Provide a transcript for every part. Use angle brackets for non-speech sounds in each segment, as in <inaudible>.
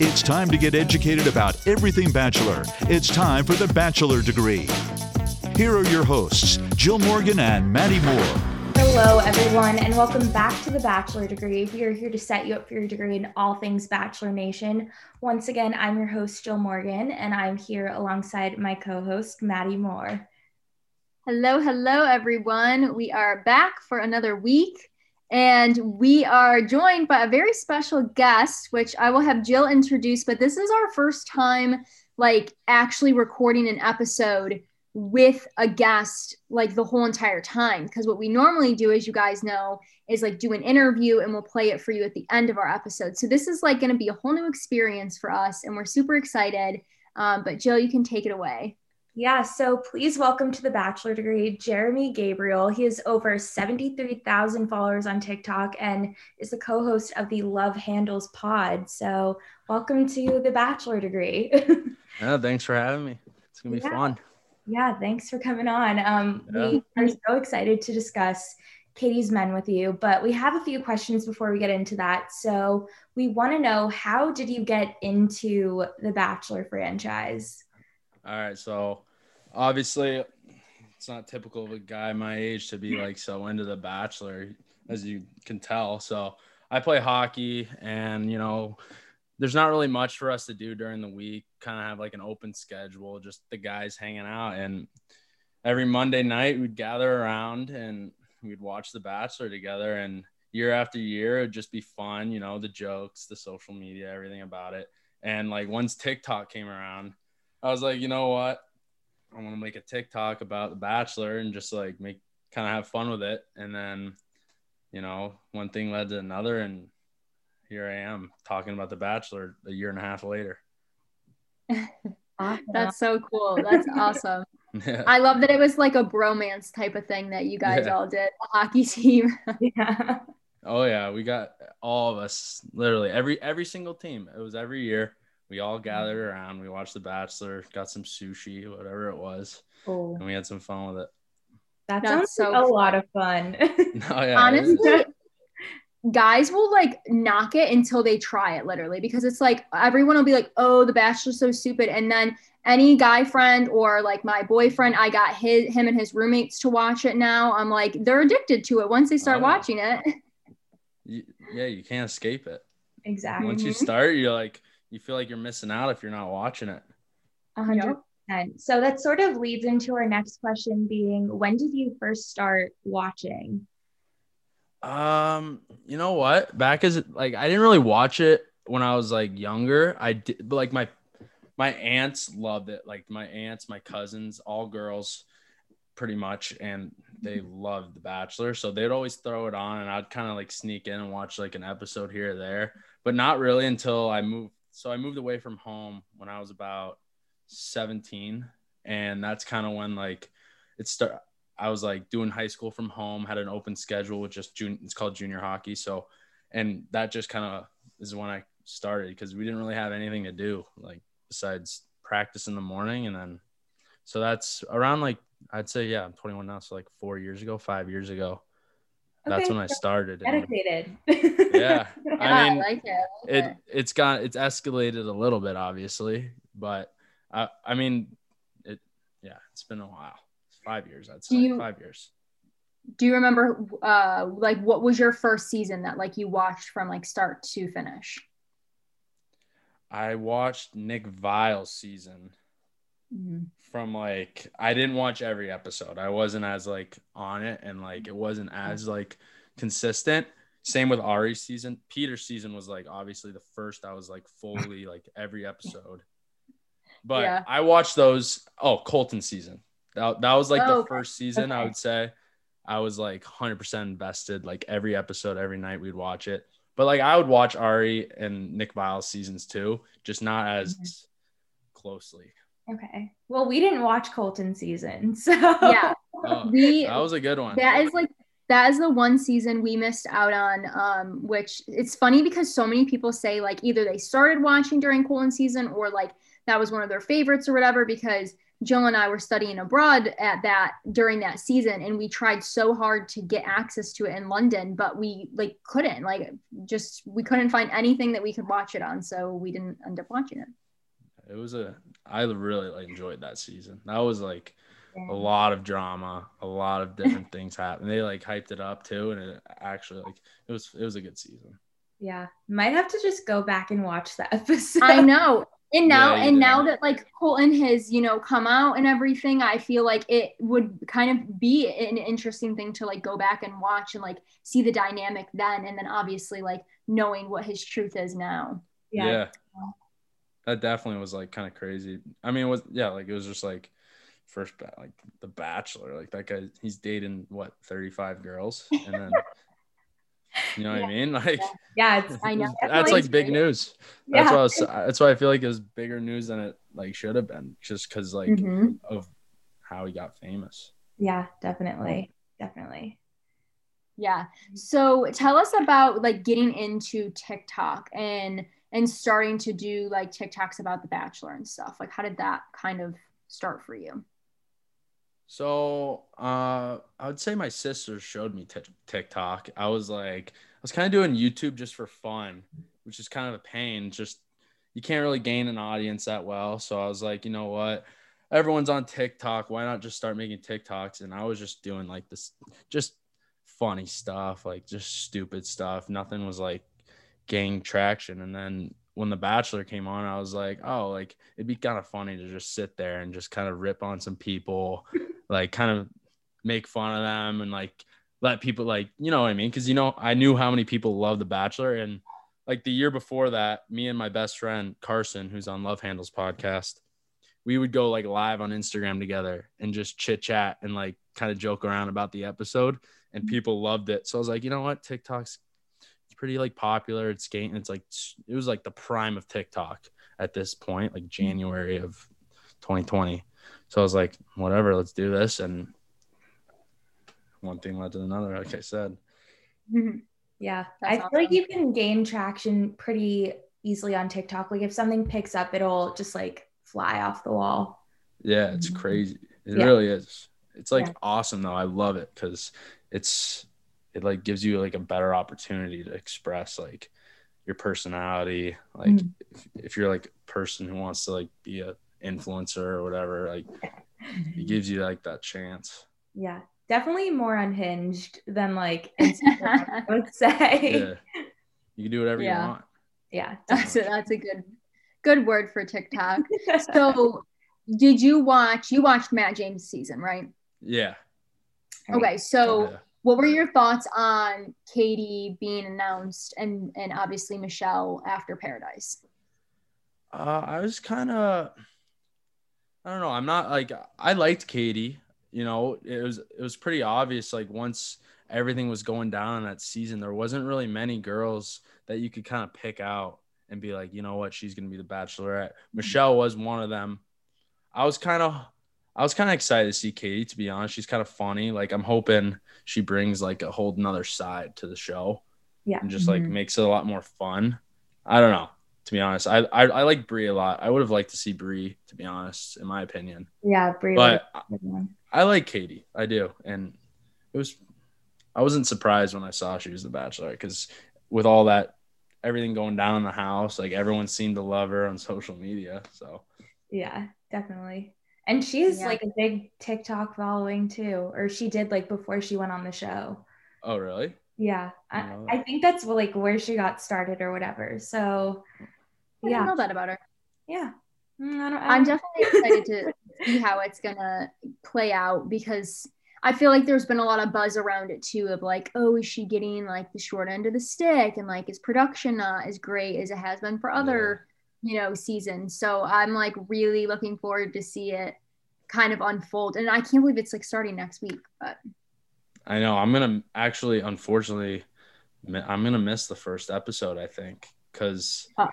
It's time to get educated about everything bachelor. It's time for the bachelor degree. Here are your hosts, Jill Morgan and Maddie Moore. Hello, everyone, and welcome back to the Bachelor Degree. We are here to set you up for your degree in all things Bachelor Nation. Once again, I'm your host, Jill Morgan, and I'm here alongside my co host, Maddie Moore. Hello, hello, everyone. We are back for another week, and we are joined by a very special guest, which I will have Jill introduce, but this is our first time, like, actually recording an episode with a guest like the whole entire time because what we normally do as you guys know is like do an interview and we'll play it for you at the end of our episode so this is like going to be a whole new experience for us and we're super excited um, but jill you can take it away Yeah, so please welcome to the bachelor degree Jeremy Gabriel. He has over 73,000 followers on TikTok and is the co host of the Love Handles pod. So, welcome to the bachelor degree. <laughs> Yeah, thanks for having me. It's gonna be Yeah. fun. Yeah, thanks for coming on. Um, Yeah. We are so excited to discuss Katie's Men with you, but we have a few questions before we get into that. So we want to know how did you get into the Bachelor franchise? All right, so obviously it's not typical of a guy my age to be like so into the bachelor as you can tell. So I play hockey and you know there's not really much for us to do during the week. Kind of have like an open schedule, just the guys hanging out and every Monday night we'd gather around and we'd watch the bachelor together and year after year it'd just be fun, you know, the jokes, the social media, everything about it. And like once TikTok came around, I was like, you know what? I want to make a TikTok about The Bachelor and just like make kind of have fun with it. And then, you know, one thing led to another. And here I am talking about The Bachelor a year and a half later. <laughs> Um, that's so cool <laughs> that's awesome yeah. i love that it was like a bromance type of thing that you guys Yeah. all did the hockey <laughs> team <laughs> yeah. Oh, yeah. We got all of us, literally every every single team. It was every year. We all gathered around. We watched The Bachelor, got some sushi, whatever it was, Oh, and we had some fun with it. that sounds That's so like a fun. lot of fun. <laughs> Oh, yeah. it <laughs> was- honestly guys will like knock it until they try it literally because it's like everyone will be like oh the bachelor's so stupid and then any guy friend or like my boyfriend i got his him and his roommates to watch it now i'm like they're addicted to it once they start Oh. watching it you- yeah, you can't escape it. exactly. once you Mhm. start you're like you feel like you're missing out if you're not watching it <laughs> A hundred percent. So that sort of leads into our next question being when did you first start watching? um you know what back is like i didn't really watch it when i was like younger i did but like my my aunts loved it like my aunts my cousins all girls pretty much and they loved the bachelor so they'd always throw it on and i'd kind of like sneak in and watch like an episode here or there but not really until i moved so i moved away from home when i was about 17 and that's kind of when like it started i was like doing high school from home had an open schedule with just junior it's called junior hockey so and that just kind of is when i started because we didn't really have anything to do like besides practice in the morning and then so that's around like i'd say yeah i'm 21 now so like four years ago five years ago that's Okay, when i so started and- Dedicated. <laughs> yeah yeah, i I, mean like it it it's got it's escalated a little bit obviously but i i mean it yeah it's been a while it's five years i'd say you- five years do you remember uh like what was your first season that like you watched from like start to finish i watched nick vile's season Mm. from like i didn't watch every episode i wasn't as like on it and like it wasn't Mm-hmm. as like consistent same with ari's season peter's season was like obviously the first i was like <laughs> fully like every episode but Yeah. i watched those oh colton season that, that was like Oh, the okay. first season i Okay. would say i was like 100% invested like every episode every night we'd watch it but like i would watch ari and nick vile's seasons too just not as Mm-hmm. closely Okay. Well, we didn't watch Colton season, <laughs> so yeah Oh, we that was a good one That is like that is the one season we missed out on. Um, which it's funny because so many people say like either they started watching during colon season or like that was one of their favorites or whatever because Jill and I were studying abroad at that during that season, and we tried so hard to get access to it in London, but we like couldn't, like just we couldn't find anything that we could watch it on, so we didn't end up watching it. It was a I really like, enjoyed that season. That was like a lot of drama, a <laughs> lot of different things happened. They like hyped it up too, and it actually like it was it was a good season. Yeah, might have to just go back and watch that <laughs> episode. <laughs> I know. And now, Yeah, you and did. now that like Colton has, you know, come out and everything, I feel like it would kind of be an interesting thing to like go back and watch and like see the dynamic then. And then obviously like knowing what his truth is now. Yeah. That definitely was like kind of crazy. I mean, it was yeah, like it was just like first ba- like the bachelor. Like that guy he's dating what 35 girls and then you know what I mean? <laughs> Like Yeah, it's I know. that's like big news. That's yeah. why I was, that's why I feel like it was bigger news than it like should have been just cuz like Mhm. of how he got famous. yeah, definitely. Definitely. Yeah. So tell us about like getting into TikTok and and starting to do like TikToks about The Bachelor and stuff. Like how did that kind of start for you? So uh, I would say my sister showed me Tik TikTok. I was like, I was kind of doing YouTube just for fun, which is kind of a pain. Just you can't really gain an audience that well. So I was like, you know what? Everyone's on TikTok. Why not just start making TikToks? And I was just doing like this, just funny stuff, like just stupid stuff. Nothing was like gaining traction. And then when The Bachelor came on, I was like, oh, like it'd be kind of funny to just sit there and just kind of rip on some people like kind of make fun of them and like let people like you know what I mean because you know I knew how many people love The Bachelor and like the year before that me and my best friend Carson who's on Love Handles podcast we would go like live on Instagram together and just chit chat and like kind of joke around about the episode and people loved it so I was like you know what TikTok's it's pretty like popular it's getting it's like it was like the prime of TikTok at this point like January of 2020 so I was like, whatever, let's do this. And one thing led to another, like I said. Mm-hmm. Yeah. That's I feel like awesome. you can gain traction pretty easily on TikTok. Like if something picks up, it'll just like fly off the wall. Yeah, it's crazy. It Yeah. really is. It's like Yeah. awesome though. I love it because it's it like gives you like a better opportunity to express like your personality. Like Mhm. if, if you're like a person who wants to like be a influencer or whatever, like it gives you like that chance. <laughs> Yeah. Definitely more unhinged than like <laughs> Instagram, I would say. Yeah. You can do whatever Yeah. you want. Yeah. <laughs> That's a, that's a good good word for TikTok. <laughs> definitely. so did you watch you watched matt james season right Yeah. okay so yeah. what were your thoughts on katie being announced and and obviously michelle after paradise Uh, I was kind of, I don't know. I'm not like I liked Katie. You know, it was it was pretty obvious. Like once everything was going down in that season, there wasn't really many girls that you could kind of pick out and be like, you know what, she's gonna be the Bachelorette. Michelle was one of them. I was kind of, I was kind of excited to see Katie. To be honest, she's kind of funny. Like I'm hoping she brings like a whole nother side to the show Yeah. Mm-hmm. and just like Mhm. makes it a lot more fun. I don't know. To be honest, I I, I like Brie a lot. I would have liked to see Brie, to be honest, in my opinion. Yeah, Brie. But I- was the one. I like Katie. I do, and it was. I wasn't surprised when I saw she was the Bachelor because with all that, everything going down in the house, like everyone seemed to love her on social media. So Yeah, definitely. And she's Yeah. like a big TikTok following too, or she did like before she went on the show. oh really? Yeah, I, Wow. I think that's like where she got started or whatever. So, i don't yeah, know that about her yeah. Mm, I don't, I i'm don't- definitely excited to <laughs> see how it's gonna play out because i feel like there's been a lot of buzz around it too of like oh is she getting like the short end of the stick and like is production not as great as it has been for other you know season so i'm like really looking forward to see it kind of unfold and i can't believe it's like starting next week but I know. I'm gonna actually, unfortunately, mi- I'm gonna miss the first episode. I think because I'm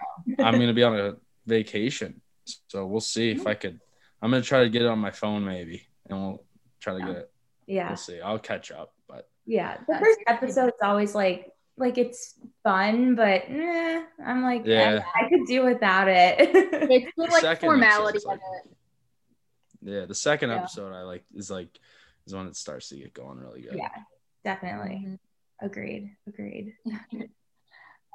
gonna be on a vacation, so we'll see if I could. I'm gonna try to get it on my phone maybe, and we'll try to get it. yeah, We'll see. I'll catch up, but yeah. The That's first good. episode's always like, like it's fun, but eh, I'm like, eh, Yeah. I could do without it. <laughs> it's the, like Second formality episode's of it yeah, the second Yeah. episode I like is like is when it starts to get going really good. Yeah, definitely. Mm-hmm. Agreed. Agreed. <laughs>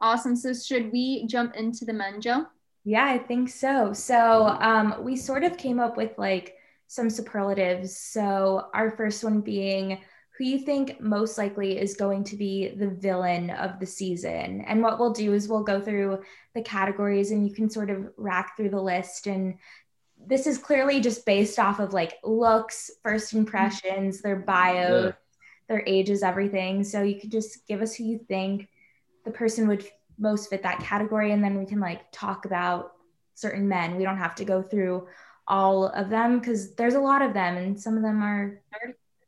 Awesome. So should we jump into the men, Jill? Yeah, I think so. So um, we sort of came up with like some superlatives. So our first one being who you think most likely is going to be the villain of the season. And what we'll do is we'll go through the categories and you can sort of rack through the list. And this is clearly just based off of like looks, first impressions, their bios, Yeah. their ages, everything. So you could just give us who you think the person would most fit that category, and then we can like talk about certain men. We don't have to go through all of them because there's a lot of them, and some of them are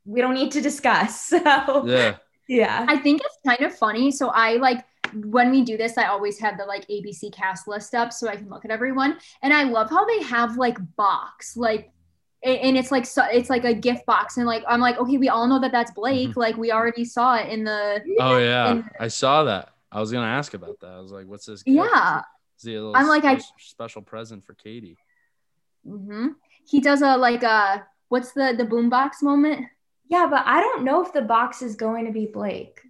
we don't need to discuss. <laughs> So Yeah. <laughs> yeah, I think it's kind of funny. So I like when we do this, I always have the like ABC cast list up so I can look at everyone. And I love how they have like box, like, a- and it's like so, it's like a gift box, and like I'm like, okay, we all know that that's Blake. Like we already saw it in the Oh yeah. And- I saw that. I was gonna ask about that. I was like, what's this? gift? yeah. Is he a little I'm like, I- spe- special present for Katie. hmm He does a like a what's the the boombox moment? yeah, but I don't know if the box is going to be Blake.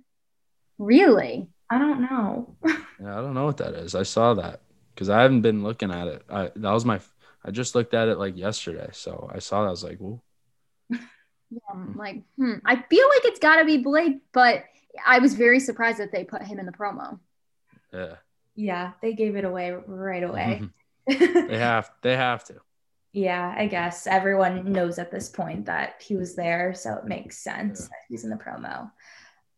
Really? I don't know. <laughs> Yeah, I don't know what that is. I saw that because I haven't been looking at it. I that was my. I just looked at it like yesterday, so I saw that. I was like, "Whoa, Yeah, I'm like, hmm. I feel like it's got to be Blake, but I was very surprised that they put him in the promo. yeah, Yeah, they gave it away right <laughs> away. they have, they have to." yeah, I guess everyone knows at this point that he was there, so it makes sense that he's in the promo.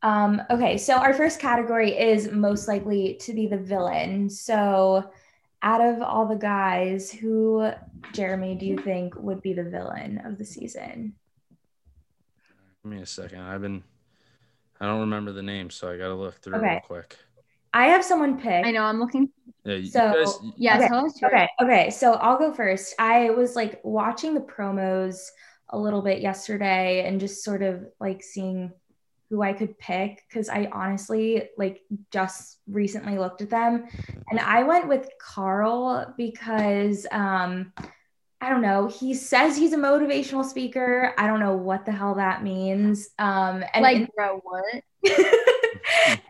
Um, okay, so our first category is most likely to be the villain. So, out of all the guys, who Jeremy do you think would be the villain of the season? Give me a second. I've been. I don't remember the name, so I gotta look through Okay. real quick. I have someone pick. I know. I'm looking Yeah, you So- guys. Yeah, Okay, tell us your Okay, okay. So I'll go first. I was like watching the promos a little bit yesterday and just sort of like seeing who I could pick because I honestly like just recently looked at them and I went with Carl because um I don't know, he says he's a motivational speaker. I don't know what the hell that means. Um and like, bro, what? <laughs>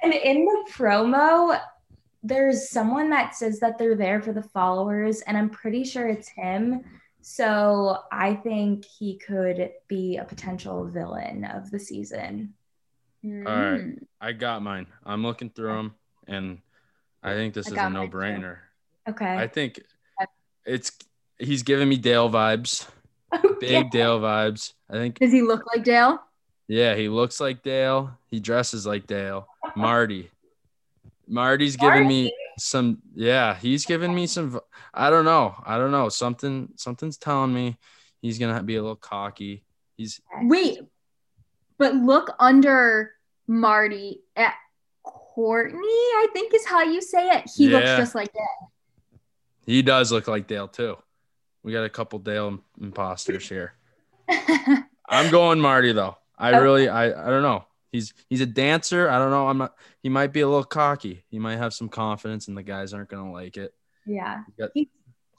and in the promo, there's someone that says that they're there for the followers, and I'm pretty sure it's him. So I think he could be a potential villain of the season. right. Mm. I got mine. I'm looking through them, and I think this I is a got mine, too. no-brainer. I Okay. think it's. He's giving me Dale vibes. <laughs> Big Dale vibes. I think Does he look like Dale? Yeah, he looks like Dale. He dresses like Dale. Marty. Marty's giving me some yeah, he's giving me some v- I don't know. I don't know. Something something's telling me he's going to be a little cocky. He's Wait, but look under Marty at Courtney. I think is how you say it. He looks Yeah. just like that. he does look like Dale too. We got a couple Dale im- imposters here. <laughs> I'm going Marty though. I Okay. really I I don't know. He's he's a dancer. I don't know. I'm not, he might be a little cocky. He might have some confidence and the guys aren't going to like it. Yeah. You got- He-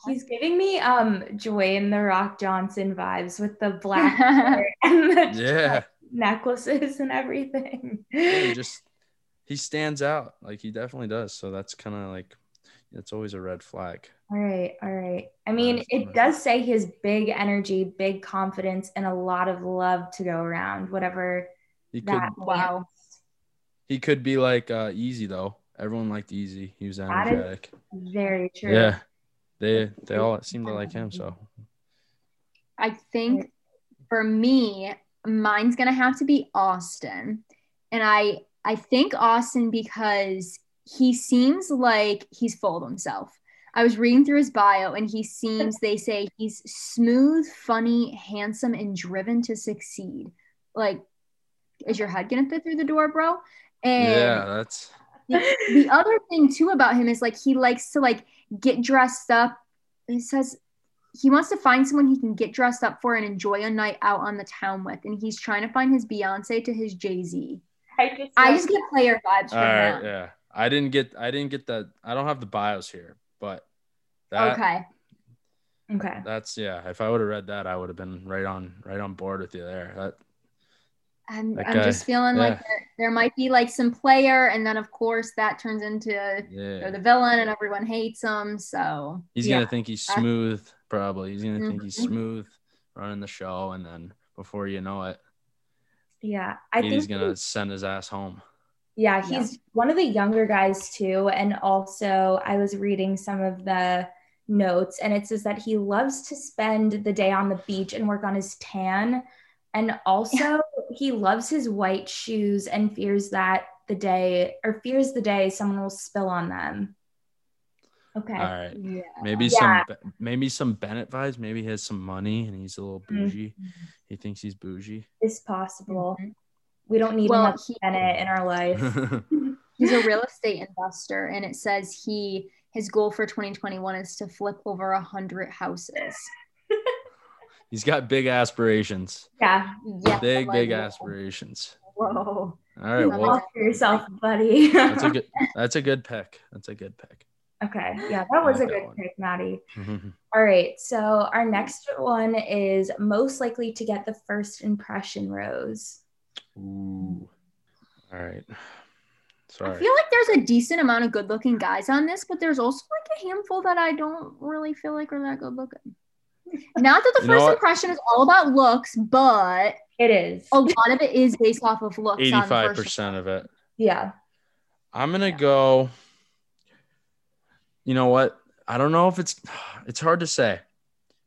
He's giving me um Dwayne the Rock Johnson vibes with the black <laughs> hair and the Yeah. necklaces and everything. yeah, he just he stands out like he definitely does so that's kind of like it's always a red flag All right, all right. I mean, Nice, it nice. does say his big energy, big confidence, and a lot of love to go around, whatever he could that. Wow. he could be like uh easy though everyone liked easy he was That is energetic means. Very true. yeah they they all seem to like him so I think for me, mine's gonna have to be Austin, and I I think Austin because he seems like he's full of himself. I was reading through his bio, and he seems they say he's smooth, funny, handsome, and driven to succeed. Like, is your head gonna fit through the door, bro? And yeah that's the other thing too about him is like he likes to like get dressed up. He says he wants to find someone he can get dressed up for and enjoy a night out on the town with, and he's trying to find his Beyonce to his Jay Z. I just, I just get player vibes all from right that. yeah i didn't get i didn't get the i don't have the bios here but that Okay, Okay. That's yeah. If I would have read that, I would have been right on right on board with you there. That, I'm, That I'm guy- just feeling yeah. like there, there might be like some player, and then of course that turns into they're yeah. the villain, and everyone hates him. So He's yeah. gonna think he's smooth, probably. He's gonna think he's Mhm. smooth running the show, and then before you know it, Yeah. I he's think gonna send his ass home. Yeah, Yeah. he's one of the younger guys too. And also, I was reading some of the notes, and it says that he loves to spend the day on the beach and work on his tan. And also, he loves his white shoes and fears that the day or fears the day someone will spill on them. Okay. All right. yeah. Maybe Yeah. some Be- maybe some Bennett vibes. Maybe he has some money and he's a little Mm-hmm. Mhm. bougie. He thinks he's bougie. It's possible. We don't need Mm-hmm. Well, much he- Bennett in our <laughs> life. He's a real estate investor, and it says he his goal for 2021 is to flip over a hundred houses. he's got big aspirations. yeah. Yeah, Big like, big whoa, aspirations. Whoa, All right. I Well, Walk for yourself, buddy. that's a good that's a good pick. That's a good pick. <laughs> <laughs> okay. Yeah, that was like a that good one. pick, Maddie. Mhm. All right. So our next one is most likely to get the first impression rose. Ooh. All right. I Sorry. feel like there's a decent amount of good-looking guys on this, but there's also like a handful that I don't really feel like are that good-looking. Not that the You know first what? impression is all about looks, but It is. a lot of it is based off of looks. on the first Eighty-five percent of it. yeah. I'm gonna Yeah. go. You know what? I don't know if it's <sighs> it's hard to say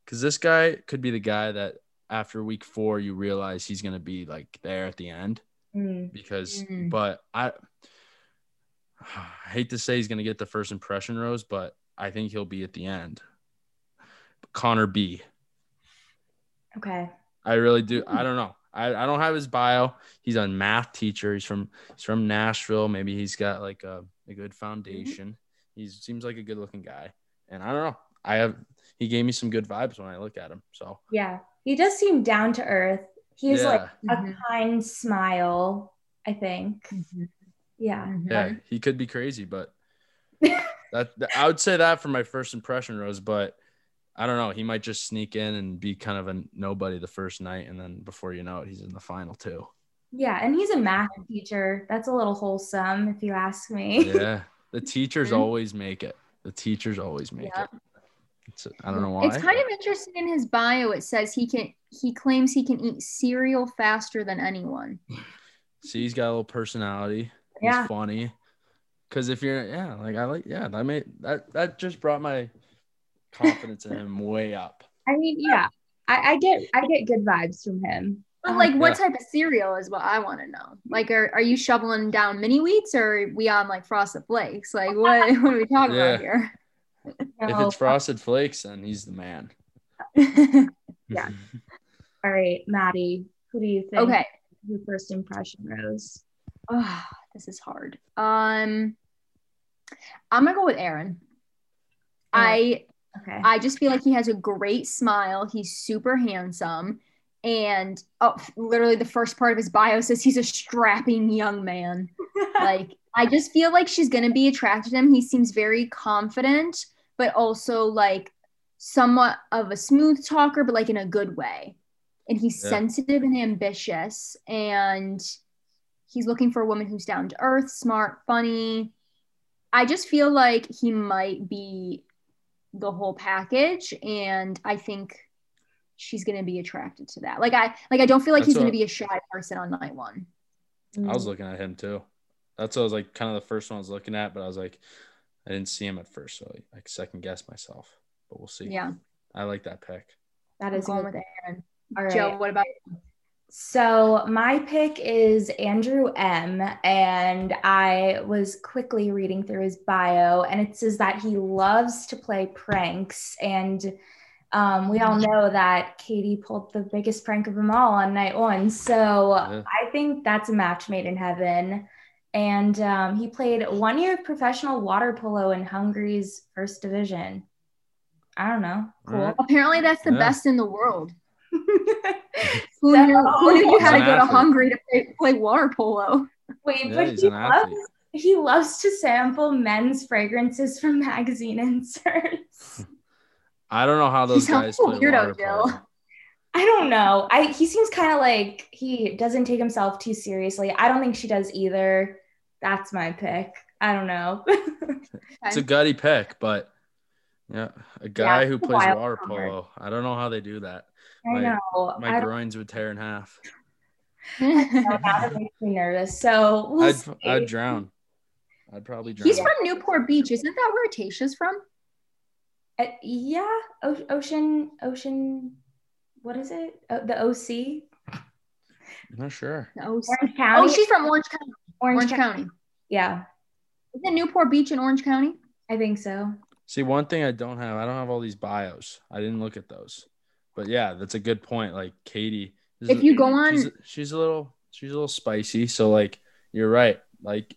because this guy could be the guy that after week four you realize he's gonna be like there at the end Mm. because Mm. but I, <sighs> I hate to say he's gonna get the first impression rose, but I think he'll be at the end. Connor B. Okay. I really do. I don't know. I, I don't have his bio. He's a math teacher. He's from he's from Nashville. Maybe he's got like a, a good foundation. He seems like a good looking guy. And I don't know. I have he gave me some good vibes when I look at him. So Yeah. He does seem down to earth. He has like Mhm, a kind smile, I think. mhm, Yeah. mhm. yeah, he could be crazy, but that, that- I would say that for my first impression, Rose. But I don't know. He might just sneak in and be kind of a nobody the first night, and then before you know it, he's in the final two. Yeah. And he's a math teacher. That's a little wholesome, if you ask me. Yeah, the teachers Mhm. always make it. The teachers always make Yeah. it. It's, I don't know why. It's kind of interesting in his bio. It says he can he claims he can eat cereal faster than anyone. See, he's got a little personality. <laughs> He's Yeah. funny. Cause if you're, yeah, like I like, yeah, that made that that just brought my confidence in him <laughs> way up. I mean, yeah. I, I get I get good vibes from him. But like, what Uh-huh, Yeah. type of cereal is what I want to know. Like, are, are you shoveling down mini wheats or are we on like frosted flakes? Like, what <laughs> what are we talking Yeah. about here? <laughs> If No. it's Frosted Flakes, then he's the man. Yeah. All right, Maddie, who do you think okay, your first impression rose? oh, this is hard. Um, I'm gonna go with Aaron. Oh. I Okay. <laughs> I just feel like he has a great smile. He's super handsome. And oh, literally, the first part of his bio says he's a strapping young man. like, I just feel like she's going to be attracted to him. He seems very confident, but also like somewhat of a smooth talker, but like in a good way. And he's Yeah. sensitive and ambitious. And he's looking for a woman who's down to earth, smart, funny. I just feel like he might be the whole package and i think she's going to be attracted to that like i like i don't feel like That's he's going what- to be a shy person on night one <laughs> I was looking at him too. That's what I was like kind of the first one I was looking at, but I was like, I didn't see him at first, so I, I second guess myself. But we'll see. yeah I like that pick. that i'm is going good. with aaron All right. joe what about So my pick is Andrew M, and I was quickly reading through his bio, and it says that he loves to play pranks, and um, we all know that Katie pulled the biggest prank of them all on night one. So Yeah. I think that's a match made in heaven. And um, he played one year of professional water polo in Hungary's first division. I don't know. <laughs> Cool. Alright. apparently that's the Yeah. best in the world who So- knew, who knew you had to He's an go to athlete. hungary to play, play water <laughs> polo <laughs> Wait, Yeah, but he's he an athlete. loves, he <laughs> loves to sample men's fragrances from magazine inserts. I don't know how those You sound guys like a play weirdo, water Jill. polo. I don't know. I he seems kind of like he doesn't take himself too seriously. I don't think she does either. That's my pick. I don't know. <laughs> It's a gutty pick, but yeah, a guy who it's a plays wild water card. polo. I don't know how they do that. I Like, know. I My don't groins would tear in half. know. Now that makes me nervous. So we'll I'd, see. I'd drown. I'd probably drown. He's from Newport Beach. Isn't that where Tasha's from? Uh, yeah, o- ocean, ocean. What is it? O- the OC, I'm not sure. No. s- Orange County. Oh, she's from Orange County. Orange, Orange County. County. Yeah, Isn't Newport Beach in Orange County? I think so. See, one thing I don't have, I don't have all these bios. I didn't look at those. But yeah, that's a good point. Like Katie, this If is- you go on, she's, she's a little, she's a little spicy. So like, you're right. Like,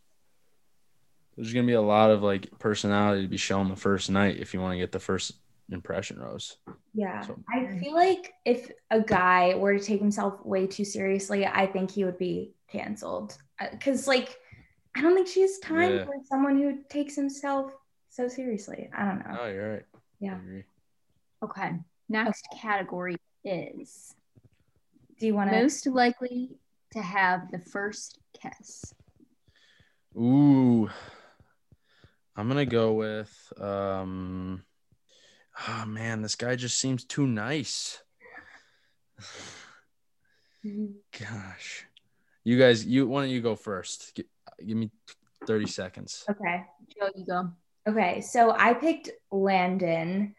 there's gonna be a lot of like personality to be shown the first night if you want to get the first impression rose. Yeah, So- I feel like if a guy were to take himself way too seriously, I think he would be canceled. Because, like, I don't think she has time Yeah. for someone who takes himself so seriously. I don't know. Oh, you're right. I Yeah. agree. okay. Next category is Do you want to? most likely to have the first kiss. Ooh. I'm gonna go with um oh man, this guy just seems too nice. <sighs> Mm-hmm. Gosh. You guys, you why don't you go first? Gi- Give me 30 seconds. Okay. Joe, you go. Okay, so I picked Landon,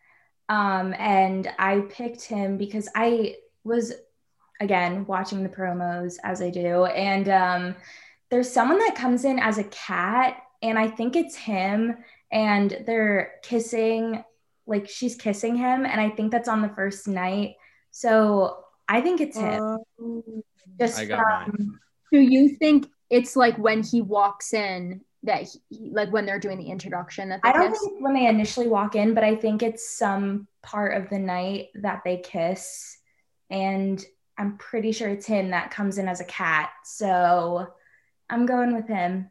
um, and I picked him because I was, again, watching the promos as I do, and um, there's someone that comes in as a cat, and I think it's him, and they're kissing, like she's kissing him, and I think that's on the first night, so I think it's him. Just I got mine. from- Do you think it's like when he walks in that he, like when they're doing the introduction that they I don't kiss? think it's when they initially walk in, but I think it's some part of the night that they kiss. And I'm pretty sure it's him that comes in as a cat. So I'm going with him.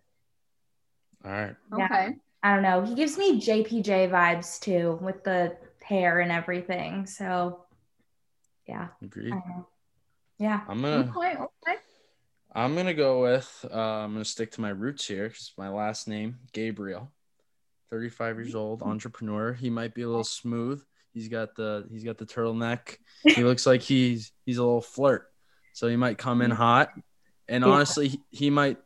All right. yeah. Okay. I don't know. He gives me JPJ vibes too with the hair and everything. So yeah. I Agreed. don't know. Yeah. I'm gonna Okay. Okay. I'm gonna go with uh, I'm gonna stick to my roots here because my last name Gabriel, 35 years old, Mm-hmm. entrepreneur. He might be a little smooth. He's got the he's got the turtleneck. <laughs> He looks like he's he's a little flirt. So he might come Mm-hmm. in hot, and Yeah. honestly, he, he might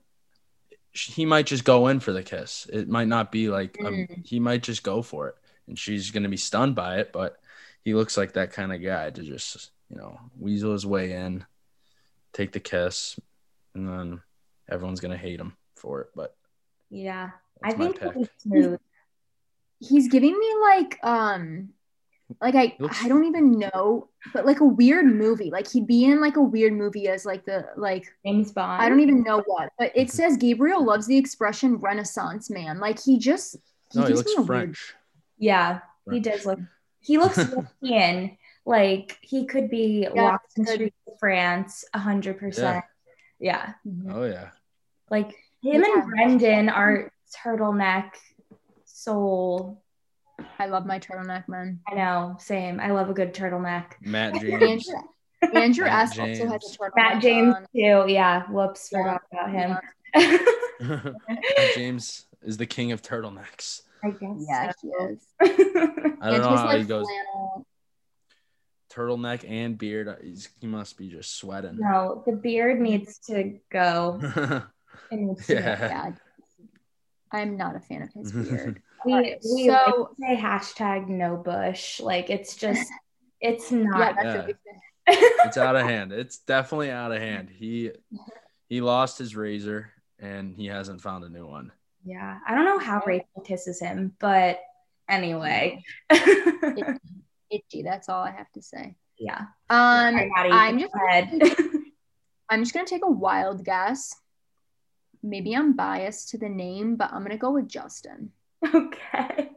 he might just go in for the kiss. It might not be like um, Mm. he might just go for it, and she's gonna be stunned by it. But he looks like that kind of guy to just you know weasel his way in, take the kiss, and then everyone's gonna hate him for it. But Yeah. I that's think my pick. he's smooth. He's giving me like um like I looks- I don't even know, but like a weird movie. Like he'd be in like a weird movie as like the like James Bond. I don't e-, even know what, but Mm. it says Gabriel loves the expression Renaissance man. Like he just he No, he gives looks me a weird French. Yeah. He does look He <laughs> looks European. Like he could be Yeah, walking could. through France, hundred percent. Yeah, Oh yeah. like him Yeah. and Brendan are turtleneck soul. Oh. I love my turtleneck man. I know, same. I love a good turtleneck. Matt James. Andrew Andrew Matt S also has James. a turtleneck. um, Matt James on. too. Yeah. Whoops, Oh Yeah. forgot about him. <laughs> <laughs> Matt James is the king of turtlenecks. I guess. Yeah, he is. so. I don't And know his, how like, he goes flannel- turtleneck and beard. Uh, He's, he must be just sweating. <laughs> no, the beard needs to go. It needs to go. yeah. <laughs> yeah. I'm not a fan of his beard. We, Alright, we so- like say hashtag no bush. Like it's just, <laughs> it's yeah, not. <laughs> that's Yeah. a big <laughs> it's out of hand. It's definitely out of hand. He he lost his razor and he hasn't found a new one. Yeah, I don't know how Rachel kisses him, but anyway. Yeah. itchy. That's all I have to say. <laughs> yeah. Um, Sorry, Maddie, I'm go just ahead. <laughs> I'm just gonna take a wild guess. Maybe I'm biased to the name, but I'm gonna go with Justin. <laughs> okay.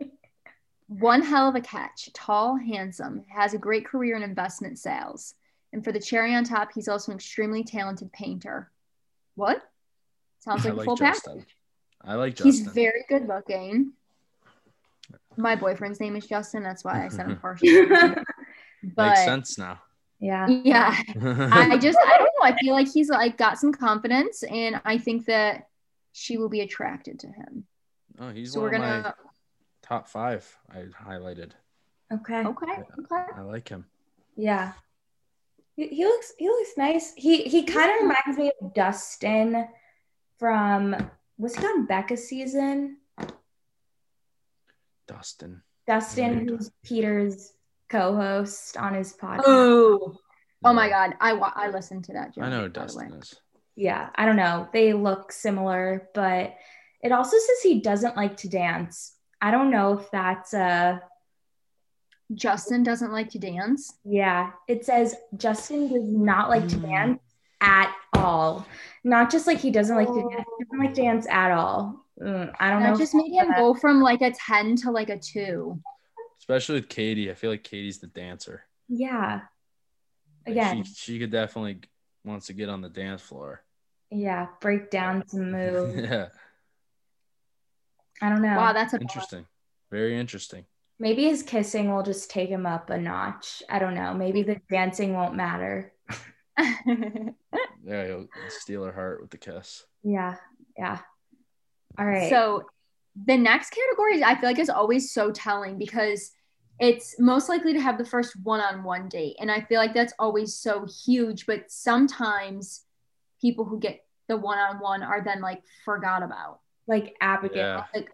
One hell of a catch, tall, handsome, has a great career in investment sales. And for the cherry on top, he's also an extremely talented painter. What? Sounds <laughs> I like a like full Justin. package. I like He's Justin. very good looking. my boyfriend's name is Justin. That's why I said <laughs> I'm partial. Makes But sense now. yeah. yeah, I just I don't know. I feel like he's like got some confidence, and I think that she will be attracted to him. <laughs> oh, he's so one we're of my gonna top five. I highlighted. Okay. okay, okay. I like him. Yeah. He, he looks he looks nice. He he kind of reminds me of Dustin from was he on Becca's season? Dustin. Dustin, who's Peter's co-host on his podcast. Oh, oh my God! I wa- I listened to that. I Jeremy, know who by the way. Dustin is. Yeah, I don't know. They look similar, but it also says he doesn't like to dance. I don't know if that's a Justin doesn't like to dance. yeah. It says Justin does not like to Mm. dance at all. Not just like he doesn't like to Oh. dance, he doesn't like dance at all. Mm, I don't know. That if just made him that- go from like a ten to like a two. Especially with Katie. I feel like Katie's the dancer. Yeah. Like, Again, She, she could definitely wants to get on the dance floor. yeah, break down some moves. <laughs> yeah. I don't know. Wow, that's a Interesting. Very interesting. Maybe his kissing will just take him up a notch. I don't know. Maybe the dancing won't matter. <laughs> Yeah, he'll steal her heart with the kiss. Yeah. Yeah. All right. So the next category I feel like is always so telling because it's most likely to have the first one-on-one date. And I feel like that's always so huge, but sometimes people who get the one-on-one are then like forgot about. like Abigail, Yeah. Like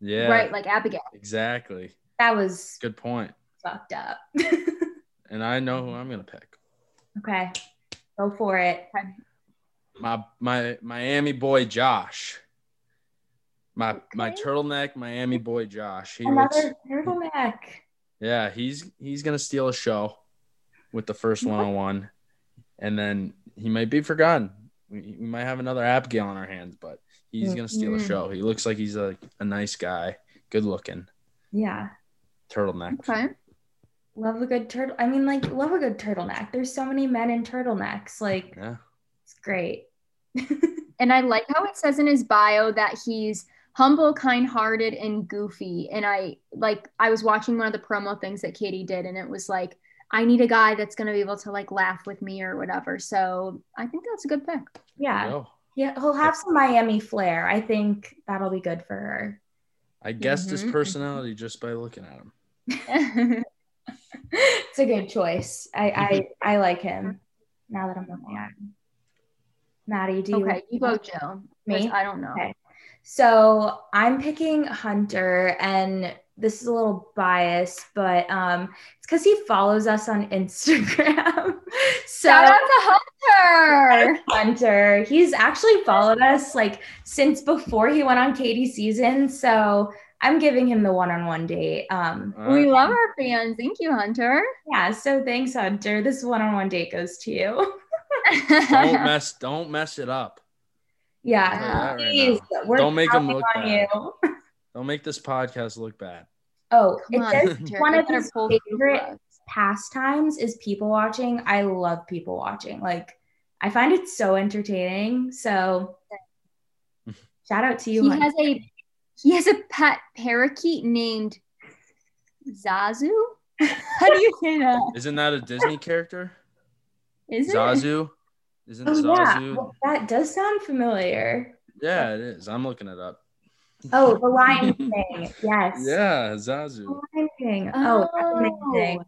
Yeah. right, like Abigail Exactly. that was Good point. fucked up. <laughs> And I know who I'm gonna pick. okay. Go for it. My my Miami boy Josh. My my Okay. turtleneck Miami boy Josh. He looks Another turtleneck. Yeah, he's he's gonna steal a show with the first one on one, and then he might be forgotten. We, we might have another Abigail on our hands, but he's gonna steal a Mhm. show. He looks like he's a, a nice guy, good looking Yeah. turtleneck. Okay. Love a good turtle. I mean, like, love a good turtleneck. There's so many men in turtlenecks. Like, Yeah, it's great. And I like how it says in his bio that he's humble, kind-hearted, and goofy. And I like I was watching one of the promo things that Katie did, and it was like, I need a guy that's gonna be able to like laugh with me or whatever. So I think that's a good pick. <laughs> Yeah. Yo, Yeah, he'll have some Miami flair. I think that'll be good for her. <laughs> I guessed his Mhm. personality just by looking at him. it's a good choice. I I, I like him. Now that I'm looking at him, Maddie, do you? okay, you go, Jill. 'cause Me? I don't know. Okay. So I'm picking Hunter, and this is a little biased, but um, it's because he follows us on Instagram. <laughs> so. Shout out to Hunter. <laughs> Hunter. He's actually followed us like since before he went on Katie's season. So I'm giving him the one-on-one date. Um, All We <laughs> right. love our fans. Thank you, Hunter. yeah. So thanks, Hunter. This one-on-one date goes to you. <laughs> <laughs> don't mess, don't mess it up. I'll yeah. tell you that right Please, now. we're Don't make him counting look on bad. you. <laughs> Don't make this podcast look bad. Oh, Come it on, says Hunter, one you of better his pull through favorite for us. pastimes is people watching. I love people watching. Like I find it so entertaining. <laughs> So shout out to you. he Hunter. has a he has a pet parakeet named <laughs> Zazu. How do you say that? Isn't that a Disney character? Is it? Zazu? Isn't Oh yeah, Zazu? Well, that does sound familiar. Yeah, it is. I'm looking it up. Oh, <laughs> the Lion King. Yes. Yeah, The Zazu. Lion King. Oh, Oh, that's amazing.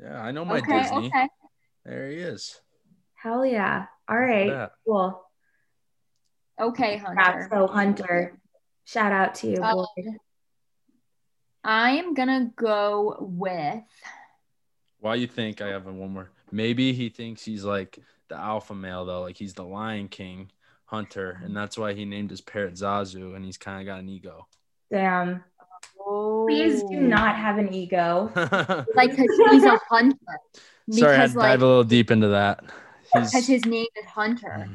Yeah, I know Oh my okay, Disney. okay. There he is. Hell yeah. All right. Yeah. Cool. Okay, Yeah, Hunter. so Hunter, shout out to you. Um, Boyd. I am gonna go with Why you think I have one more? Maybe he thinks he's like the alpha male though, like he's the Lion King hunter, and that's why he named his parrot Zazu, and he's kind of got an ego. <laughs> Damn. Please do Oh. not have an ego. like because <laughs> he's a hunter. Sorry, I Because dive like a little deep into that. because <laughs> He's, Mm. his name is Hunter.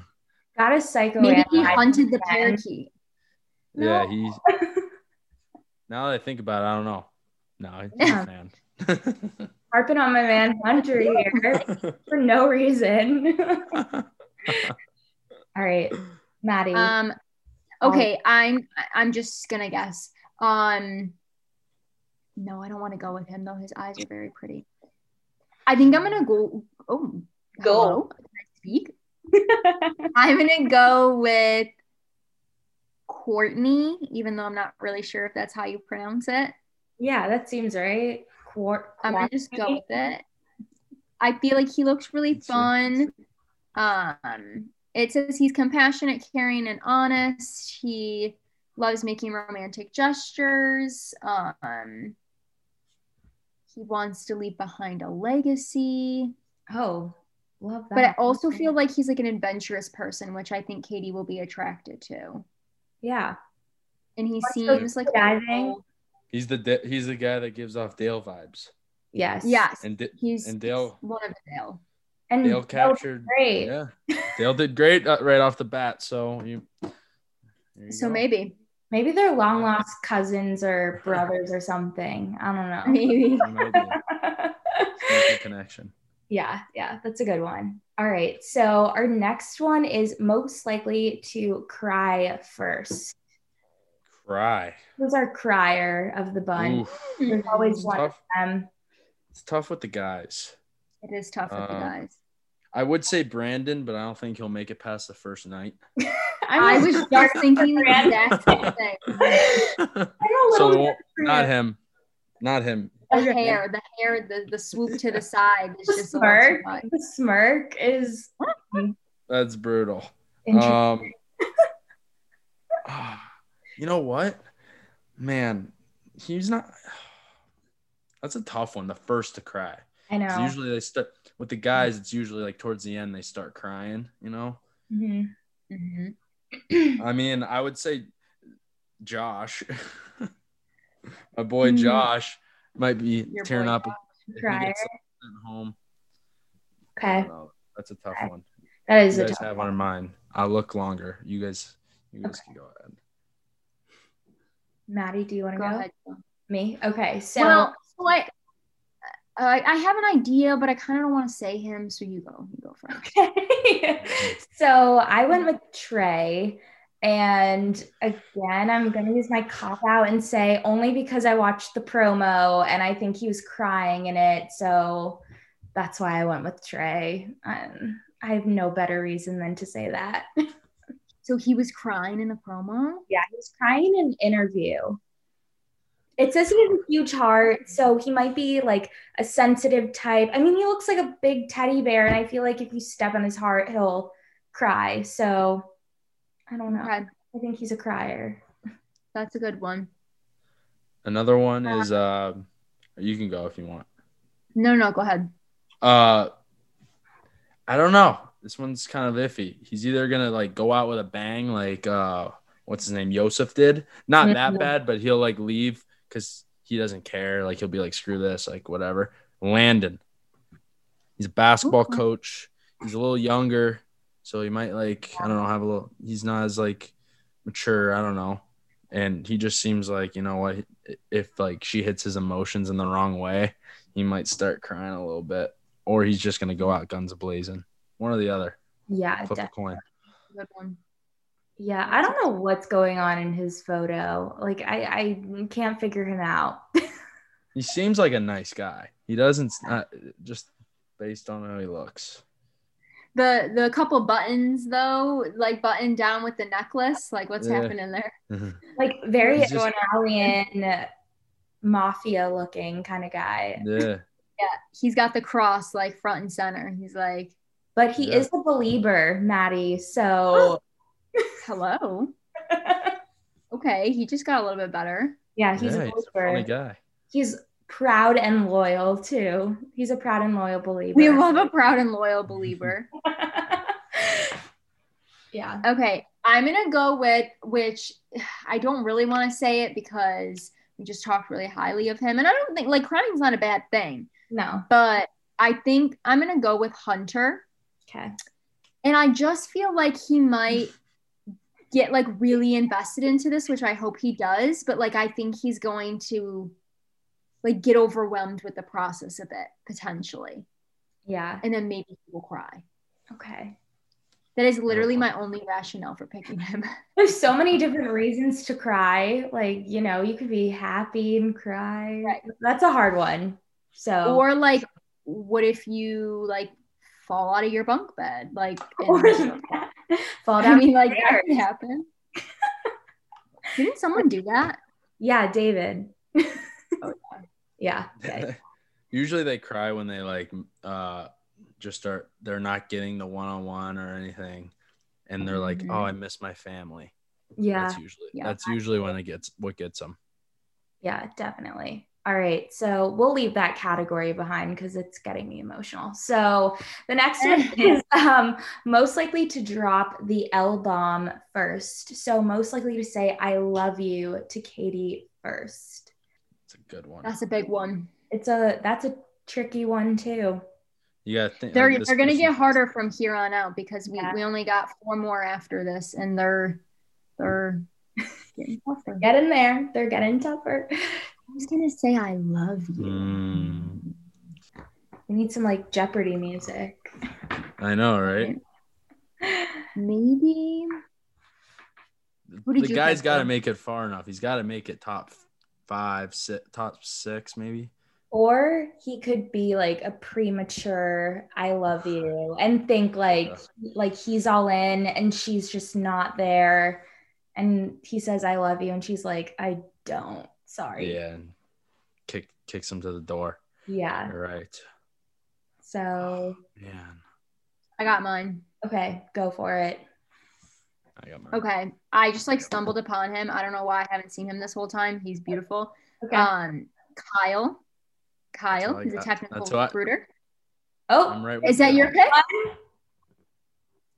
Got a psycho. Maybe he hunted the parakeet. yeah, he's. Now that I think about it, I don't know. No, he's a fan. <laughs> harping on my man Hunter here <laughs> for no reason. <laughs> All right, Maddie. Um, Oh. okay, I'm I'm just gonna guess. Um, No, I don't want to go with him though. His eyes are very pretty. I think I'm gonna go. Oh, Go. hello? Can I speak? <laughs> I'm gonna go with Courtney, even though I'm not really sure if that's how you pronounce it. Yeah, that seems right. Quar- I'm gonna just go with it. I feel like he looks really Let's see. fun. Um, it says he's compassionate, caring, and honest. He loves making romantic gestures. Um, he wants to leave behind a legacy, oh, love that. but I also feel like he's like an adventurous person, which I think Katie will be attracted to. yeah, And he Also seems like a skydiving. little- <laughs> He's the da- he's the guy that gives off Dale vibes. yes, yes, And Di- he's and Dale- one of the Dale. and Dale Dale captured. great. Yeah, <laughs> Dale did great uh, right off the bat. So you. there you So go. <laughs> maybe, Maybe they're long lost cousins or brothers or something. I don't know. maybe. There might be a sneaky connection. <laughs> yeah, yeah, that's a good one. All right, so our next one is most likely to cry first. Cry. Who's our crier of the bunch? Um, Oof. There's always It's one tough. of <laughs> them. It's tough with the guys. It is tough with the Uh, guys. I would say Brandon, but I don't think he'll make it past the first night. <laughs> I was <laughs> just thinking the Brandon. exact same thing. so I'm a little it won't- not different. him. Not him. The hair, the hair, the, the swoop to the side is The just a little too smirk, much. the smirk is Uh, That's brutal. interesting. Um, <laughs> <sighs> ah, you know what, man, he's not. <sighs> That's a tough one. The first to cry. I 'Cause know. Mm. Usually they start with the guys. It's usually like towards the end they start crying. <clears throat> You know. Mhm. Mhm. I mean, I would say Josh, <laughs> my boy Mm-hmm. Josh, might be Your tearing boy up if he Crier. gets sent home. I Okay, don't know. That's a tough Okay. one. that is You a guys tough. have on mine. I'll look longer. You guys, you guys can go ahead. Maddie, do you want to Go go? ahead. Me? Okay, so well, so I, uh, I, I have an idea, but I kind of don't want to say him. So you go, you go first. so I went with Trey. And again, I'm going to use my cop out and say only because I watched the promo and I think he was crying in it. So that's why I went with Trey. Um, I have no better reason than to say that. <laughs> yeah, So he was crying in the promo. he was crying in an interview. It says he has a huge heart. So he might be like a sensitive type. I mean, he looks like a big teddy bear. And I feel like if you step on his heart, he'll cry. So I don't know. Okay, I think he's a crier. that's a good one. Another one is uh, you can go if you want. No, no, go ahead. Uh, I don't know. This one's kind of iffy. He's either gonna like go out with a bang, like uh, what's his name, Yosef did. Not that Mhm. bad, but he'll like leave because he doesn't care. Like he'll be like, screw this, like whatever. Landon, he's a basketball Ooh. coach. He's a little younger, so he might like I don't know have a little. He's not as like mature. I don't know, and he just seems like you know what if like she hits his emotions in the wrong way, he might start crying a little bit, or he's just gonna go out guns blazing. One or the other. Yeah, Flip a def- coin. Good one. yeah. I don't know what's going on in his photo. Like I, I can't figure him out. <laughs> He seems like a nice guy. He doesn't uh, just based on how he looks. The the couple buttons though, like button down with the necklace, like what's Yeah. happening there? like very He's just- Italian mafia looking kind of guy. yeah, Yeah, he's got the cross like front and center. He's like, But he Yeah. is a believer, Maddie. So <laughs> hello. Okay, he just got a little bit better. yeah, <laughs> he's yeah, a he's a believer. funny guy. he's proud and loyal too. He's a proud and loyal believer. We love a proud and loyal believer. <laughs> yeah. Okay, I'm gonna go with which I don't really want to say it because we just talked really highly of him, and I don't think like crying's not a bad thing, No. but I think I'm gonna go with Hunter, Okay. and I just feel like he might get like really invested into this, which I hope he does, but like I think he's going to like get overwhelmed with the process a bit potentially, Yeah. and then maybe he will cry. Okay. That is literally my only rationale for picking him. <laughs> There's so many different reasons to cry. Like, you know, you could be happy and cry. Right. That's a hard one. So, Or like, what if you like fall out of your bunk bed? <laughs> Like, and- <laughs> Or fall I down. mean, like that stairs. <laughs> could happen. Didn't someone do that? yeah, David. Oh, <laughs> yeah. yeah. <laughs> Usually they cry when they like uh just are they're not getting the one on one or anything, and they're like, Mhm. oh, I miss my family. Yeah. <laughs> That's usually Yeah. that's usually when it gets what gets them. Yeah, definitely. All right. So we'll leave that category behind because it's getting me emotional. So the next one is um, most likely to drop the L bomb first. So most likely to say, I love you to Katie first. It's a good one. That's a big one. It's a, that's a tricky one too. You gotta think They're like, this they're gonna person- get harder from here on out because we, Yeah. we only got four more after this, and they're <laughs> they're getting tougher. Get in there. They're getting tougher. <laughs> I was gonna say I love you. Mm, We need some like Jeopardy music. <laughs> I know, right? Maybe Who did the you guy's pick, got to Tim? make it far enough. He's got to make it top five, six, top six, maybe. Or he could be like a premature I love you and think like like he's all in and she's just not there and he says I love you and she's like I don't. Sorry. Yeah, and kick kicks him to the door. Yeah. All right, So, man. I got mine. okay, go for it. I got mine. Okay. I just like stumbled upon him. I don't know why I haven't seen him this whole time. He's beautiful. Okay. Um Kyle. all Kyle, I he's a got. technical That's what I- recruiter. oh, I'm right. Is with that you. your pick?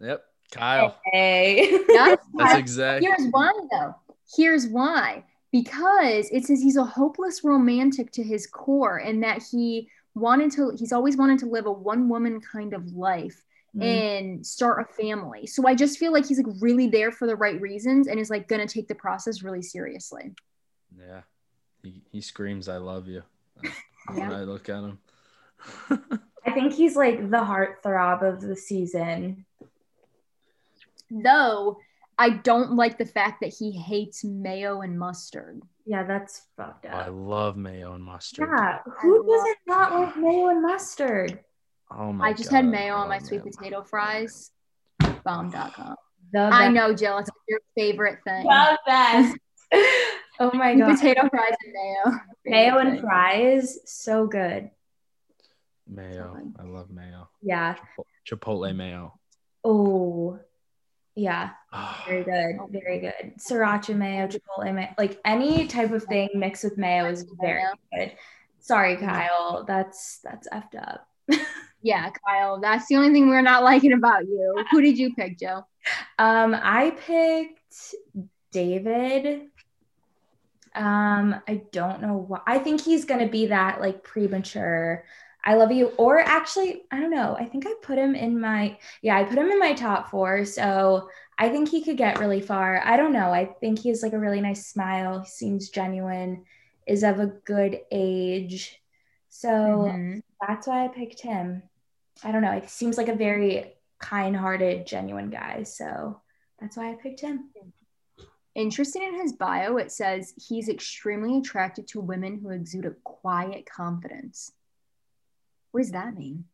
Yep, Kyle. hey. <laughs> Yeah. <laughs> That's exactly. Here's why though. Here's why. Because it says he's a hopeless romantic to his core and that he wanted to he's always wanted to live a one woman kind of life Mm-hmm. Mm, and start a family. So I just feel like he's like really there for the right reasons and is like gonna take the process really seriously. Yeah, he, he screams, "I <laughs> love you." When Yeah. I look <laughs> at him. I think he's like the heartthrob of the season. though I don't like the fact that he hates mayo and mustard. Yeah, that's fucked I up. love mayo and mustard. Yeah, I who love- doesn't not like mayo and mustard? Oh my I just God, had mayo I on my love sweet mayo. potato fries. Bomb.com. The I know, Jill, it's your favorite thing. The best. <laughs> oh my Sweet god. potato fries and mayo. <laughs> Mayo Favorite and thing. fries, so good. Mayo. Totally. I love mayo. Yeah. Chipo- Mm-hmm. Chipotle mayo. Oh. Yeah, very Oh, good. Very good. Sriracha mayo, chipotle mayo, like any type of thing mixed with mayo is very Mayo. Mm-hmm. good. Sorry, Kyle. That's that's effed up. Yeah, Kyle, that's the only thing we're not liking about you. Who did you pick, Joe? Um, I picked David. Um, I don't know why. I think he's gonna be that like premature. I love you. Or actually, I don't know. I think I put him in my yeah, I put him in my top four. So I think he could get really far. I don't know. I think he has like a really nice smile. He seems genuine, is of a good age. So Mhm. that's why I picked him. I don't know. It seems like a very kind-hearted, genuine guy. So that's why I picked him. <laughs> Interesting in his bio, it says he's extremely attracted to women who exude a quiet confidence. What does that mean?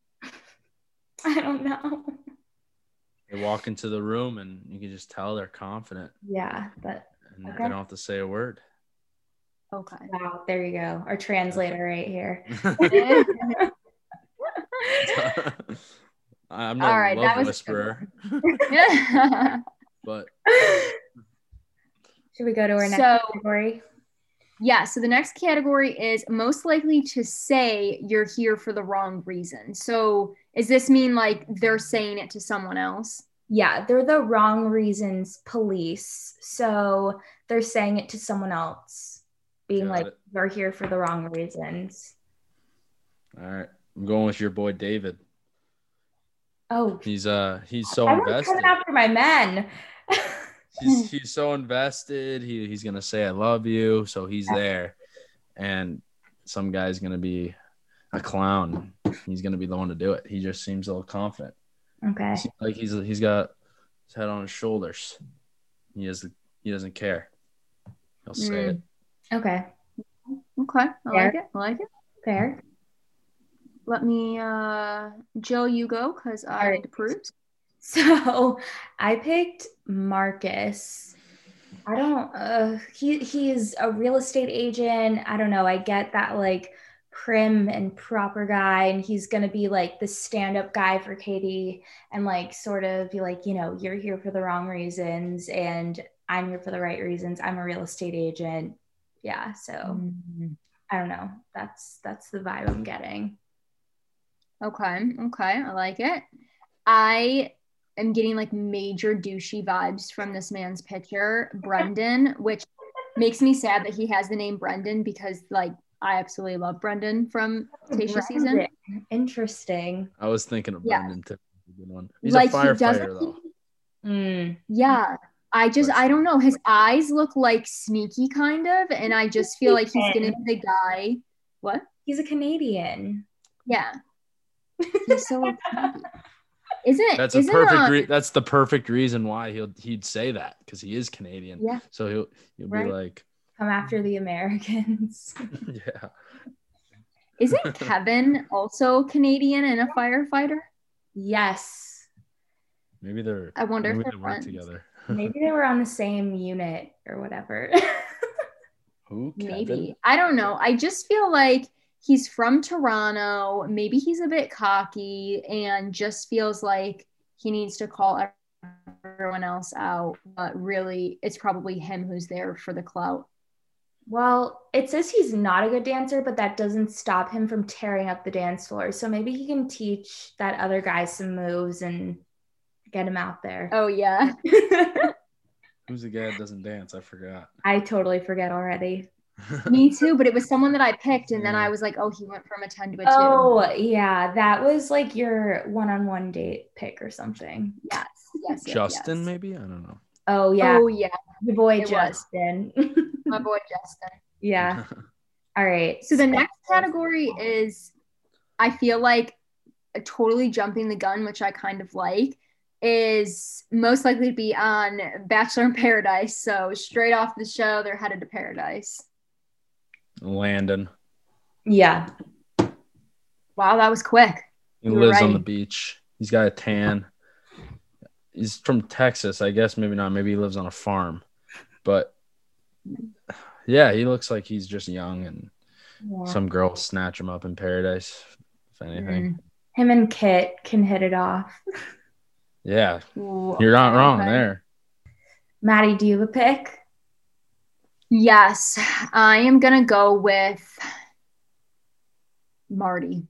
I don't know. they walk into the room and you can just tell they're confident Yeah, but and Okay. they don't have to say a word. <laughs> <laughs> <laughs> Okay. wow, there you go. Our translator right here. I'm not All right, a that love was- whisperer, <laughs> but Should we go to our next So- category? yeah, so the next category is most likely to say you're here for the wrong reason. So, does this mean like they're saying it to someone else? Yeah, they're the wrong reasons police. So they're saying it to someone else, being Got like, it. you're here for the wrong reasons. all right, I'm going with your boy David. Oh, He's uh he's so everyone's invested. coming after my men. <laughs> <laughs> He's he's so invested. He he's gonna say I love you, so he's there. And some guy's gonna be a clown. He's gonna be the one to do it. He just seems a little confident. okay. Seems Like he's he's got his head on his shoulders. He doesn't. He doesn't care. He'll Mm. say it. Okay. Okay. I Fair. like it. I like it. Fair. Let me, uh, Jill, you go because I Alright. approved. So <laughs> I picked Marcus. I don't. Uh, he he's a real estate agent. I don't know. I get that like prim and proper guy, and he's gonna be like the stand up guy for Katie, and like sort of be like, you know, you're here for the wrong reasons, and I'm here for the right reasons. I'm a real estate agent. Yeah. So Mm. Mm-hmm. I don't know. That's that's the vibe I'm getting. Okay. Okay. I like it. I am getting like major douchey vibes from this man's picture, Brendan, which makes me sad that he has the name Brendan because like I absolutely love Brendan from Tasha season. Brandon. Interesting. I was thinking of Yeah. Brendan too. Good one. He's like a firefighter though. Mm. Yeah. I just I don't know. His eyes look like sneaky kind of and I just feel like he's gonna be the guy. What? He's a Canadian. Yeah. He's so isn't it That's a isn't perfect. uh, Re- that's the perfect reason why he'll he'd say that because he is Canadian. Yeah. So he'll he'll Right. be like, <laughs> Come after the Americans. <laughs> yeah. <laughs> isn't Kevin also Canadian and a firefighter? yes. Maybe they're. I wonder Maybe if they they're work friends. together. <laughs> Maybe they were on the same unit or whatever. <laughs> Who? Maybe. Kevin? I don't know. I just feel like he's from Toronto. Maybe he's a bit cocky and just feels like he needs to call everyone else out. But really, it's probably him who's there for the clout. well, it says he's not a good dancer, but that doesn't stop him from tearing up the dance floor. So maybe he can teach that other guy some moves and get him out there. Oh, yeah. Who's the guy that doesn't dance? <laughs> I forgot. I totally forget already. Me too. But it was someone that I picked. And then Yeah. I was like, oh, he went from a 10 to a 2. Oh, yeah. That was like your one on one date pick or something. yes. yes, yes Justin, yes. maybe I don't know. Oh, yeah. Oh, yeah. Your boy It was. <laughs> Justin. <laughs> My boy, Justin. yeah. All right. So the next category is, I feel like, totally jumping the gun, which I kind of like, is most likely to be on Bachelor in Paradise. So straight off the show, they're headed to paradise. <laughs> Landon. yeah. Wow, that was quick. He You were lives on the right. beach. He's got a tan. He's from Texas, I guess. Maybe not. Maybe he lives on a farm. But yeah, he looks like he's just young, and yeah. some girl will snatch him up in paradise, if anything. Mm. Him and Kit can hit it off. Yeah, Ooh, you're not wrong okay. there. Maddie, do you have a pick? Yes, I am gonna go with Marty.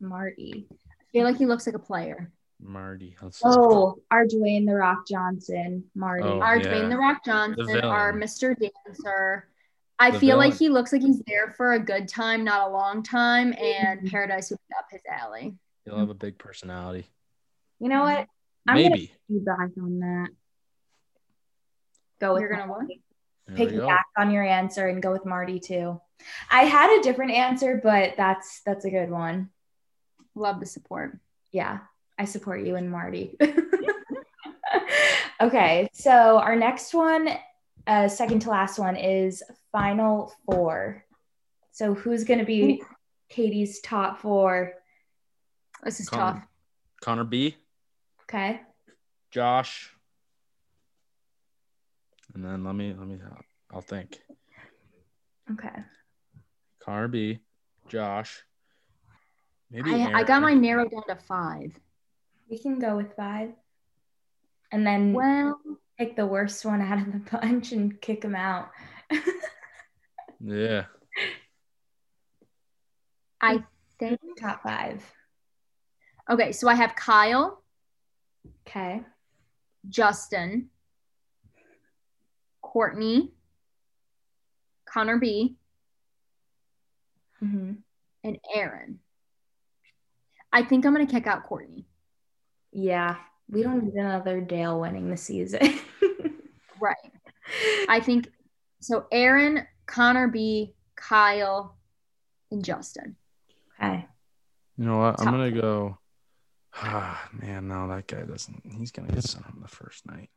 Marty. I feel like he looks like a player. Marty. Let's just- Oh, our Dwayne The Rock Johnson. Marty. Oh. our yeah. Dwayne the Rock Johnson, our villain. Mr. Dancer. I The feel like villain. he looks like he's there for a good time, not a long time, and Mhm. Paradise would be up his alley. he'll have a big personality. You know what? I'm gonna Maybe. be back on that. Go with You're gonna Marty. what? There we Pick go. back on your answer and go with Marty too. I had a different answer, but that's that's a good one. Love the support. yeah, I support you and Marty. <laughs> okay, so our next one, uh, second to last one, is final four. So who's going to be Katie's top four? This is Connor. tough. Connor B, Okay, Josh, and then let me let me. I'll think. okay. Connor B, Josh. Maybe I, I Aaron. got mine narrowed down to five. We can go with five, and then Well, pick the worst one out of the <laughs> bunch and kick him out. Yeah. I think Top five. okay. So I have Kyle, Okay. Justin, Courtney, Connor B, hmm and Aaron. I think I'm gonna kick out Courtney. Yeah, we don't need another Dale winning the season. Right. I think so. Aaron, Connor B, Kyle, and Justin. <laughs> <laughs> okay. You know what? I'm Top gonna go. <sighs> Ah, man, no, that guy doesn't. He's gonna get some the first night.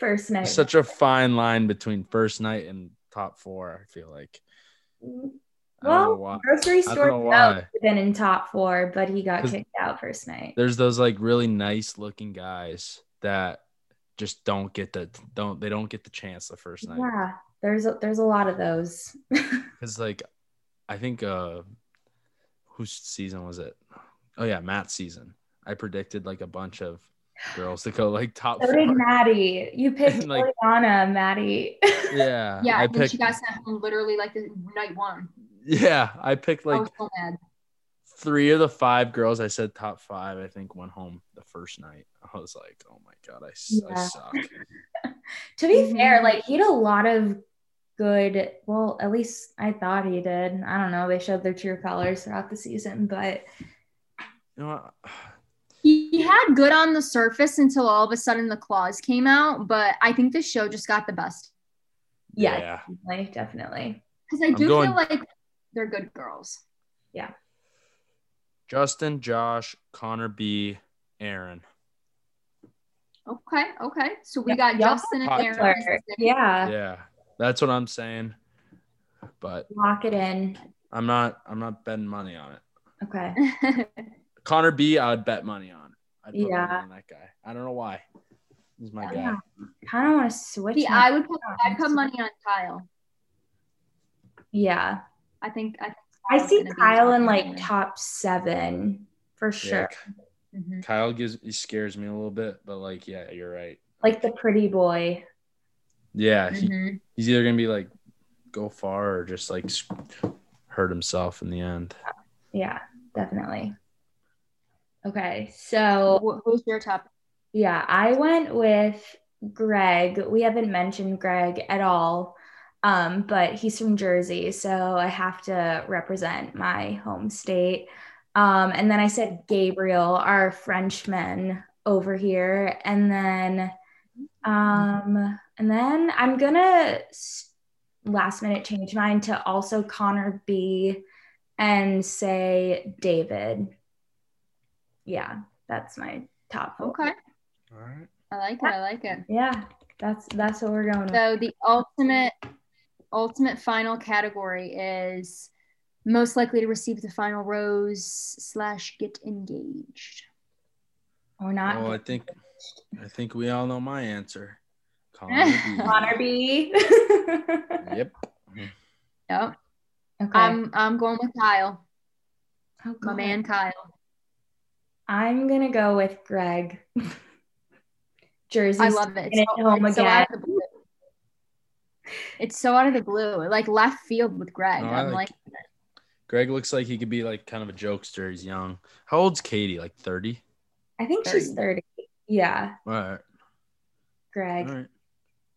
First night. Such a fine line between first night and top four. I feel like. I don't know why. well, grocery don't store know Joe why. should've been in top four, but he got 'Cause- kicked out first night. There's those like really nice looking guys that just don't get the don't they don't get the chance the first night. Yeah, there's a, there's a lot of those. Cause like, I think uh, whose season was it? Oh yeah, Matt's season. I predicted like a bunch of girls to go like top So did four. Maddie. You picked And, Oh, like- Ariana, Maddie. <laughs> <laughs> Yeah, yeah, I and picked. she got sent home literally like the night one. yeah, I picked I like was so mad. three of the five girls. I said top five. I think went home the first night. I was like, oh my god, I, s- I Yeah. suck. to be Mhm. fair, like he had a lot of good. Well, at least I thought he did. I don't know. They showed their true colors throughout the season, but You know, what? <sighs> He he had good on the surface until all of a sudden the claws came out, but I think this show just got the best yeah, yeah. definitely, definitely. because I I'm do going- feel like they're good girls. Justin, Josh, Connor B, Aaron. Okay, okay. So we Yeah, got y'all Justin and got Aaron. Or- yeah, Yeah, that's what I'm saying. But lock it in. I'm not. I'm not betting money on it. Okay. Connor B, I would bet money on. I'd put Yeah. money on that guy. I don't know why. He's my Yeah. guy. Kind of want to switch. <laughs> See, my- I would put, I'd put money on Kyle. yeah, I think I, think I Kyle's see gonna be Kyle in top like one. top seven for sure. Mhm. Kyle gives he scares me a little bit, but like, yeah, you're right. Like the pretty boy. Yeah, he, Mhm. Mm-hmm. he's either gonna be like go far or just like s- hurt himself in the end. Yeah, definitely. Okay, so Wh- Who's your top? Yeah, I went with Greg. We haven't mentioned Greg at all, um, but he's from Jersey, so I have to represent my home state. Um, and then I said Gabriel, our Frenchman over here, and then, um, and then I'm gonna s- last minute change mine to also Connor B, and say David. Yeah, that's my top. four. Okay, All right. I like it. I like it. Yeah, that's that's what we're Mm. going with. So the ultimate, ultimate final category is most likely to receive the final rose slash get engaged. We're not Well, I think I think we all know my answer. <laughs> Connor B. Connor B. okay. Yep. Yep. I'm I'm going with Kyle, Oh, my God. man Kyle. I'm gonna go with Greg. <laughs> Jersey. I love it. taking it home it's so again. out of the blue. It's so out of the blue, like left field with Greg. No, Oh, I I'm like- like, Greg looks like he could be like kind of a jokester. He's young. How old's Katie? Like 30? I think she's 30. Yeah, All right. All Greg. right.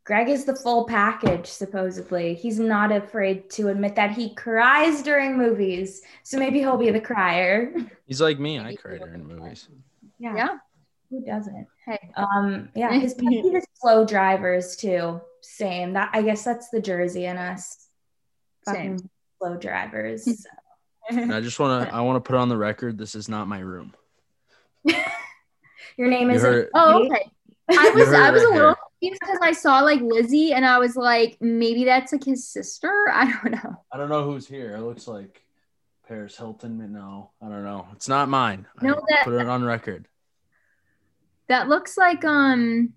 Greg is the full package, supposedly. He's not afraid to admit that he cries during movies. So maybe he'll be the crier. <laughs> He's like me. I cry during movies. Yeah. Yeah. Who doesn't? Hey. Um, yeah, <laughs> his he's just slow drivers too. Same. That I guess that's the Jersey in us. Fucking slow <laughs> drivers. And I just want to I want to put on the record this is not my room. Your name You is heard- oh, okay. I <laughs> You was heard I was it a right little here. confused because I saw like Lizzie, and I was like, maybe that's like his sister. I don't <laughs> know. I don't know who's here. It looks like Paris Hilton. but No, I don't know. It's not mine. No, I that- put it on record. That looks like um,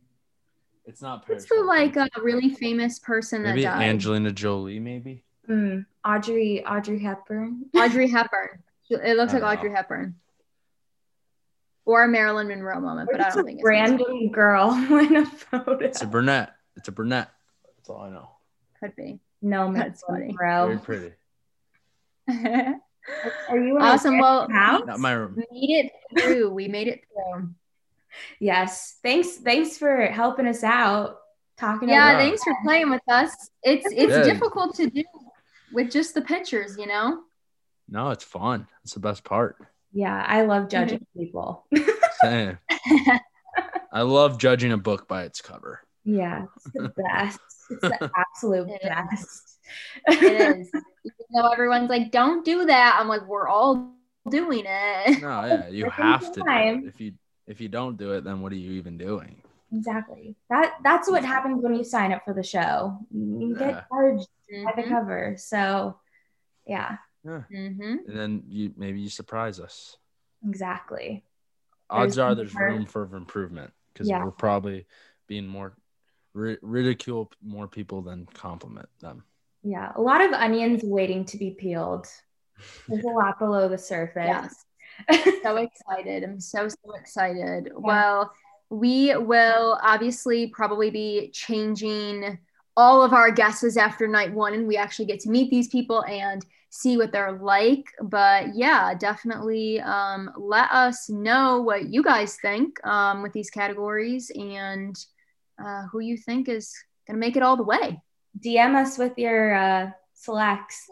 It's not Paris. what's the Hilton. like a really famous person maybe that died? Angelina Jolie. Maybe Mm, Audrey Audrey Hepburn. Audrey Hepburn. It looks I like don't Audrey Hepburn. Or a Marilyn Monroe moment, but I It's don't a think it's random girl <laughs> in a photo. it's a brunette. It's a brunette. That's all I know. could be. no, That's Marilyn funny. Very Monroe. pretty. Are you in <laughs> awesome. a Well, house? Not my room. made it through. We made it through. Yes. Thanks. Thanks for helping us out. Talking. Yeah, Yeah. About- thanks for playing with us. It's it's Yeah. difficult to do with just the pictures, you know. No, it's fun. It's the best part. yeah. I love judging Mm-hmm. people. Same. I love judging a book by its cover. <laughs> Yeah, it's the best. It's the absolute It is. best. It is. Even though everyone's like, don't do that. I'm like, we're all doing it. No, yeah, you At the have to. Do it. time- If you if you don't do it, then what are you even doing? <laughs> Exactly. That that's what happens when you sign up for the show. You Yeah. get charged by the Mhm. cover. So yeah, Yeah. Mhm. And then you maybe you surprise us. exactly. Odds There's are there's more- room for improvement because Yeah. we're probably being more ri- ridicule more people than compliment them. Yeah. A lot of onions waiting to be peeled. There's a lot below the surface. <laughs> so excited. I'm so, so excited. Well, we will obviously probably be changing all of our guesses after night one, and we actually get to meet these people and see what they're like. But yeah, definitely um, let us know what you guys think um, with these categories and uh, who you think is going to make it all the way. DM us with your uh selects.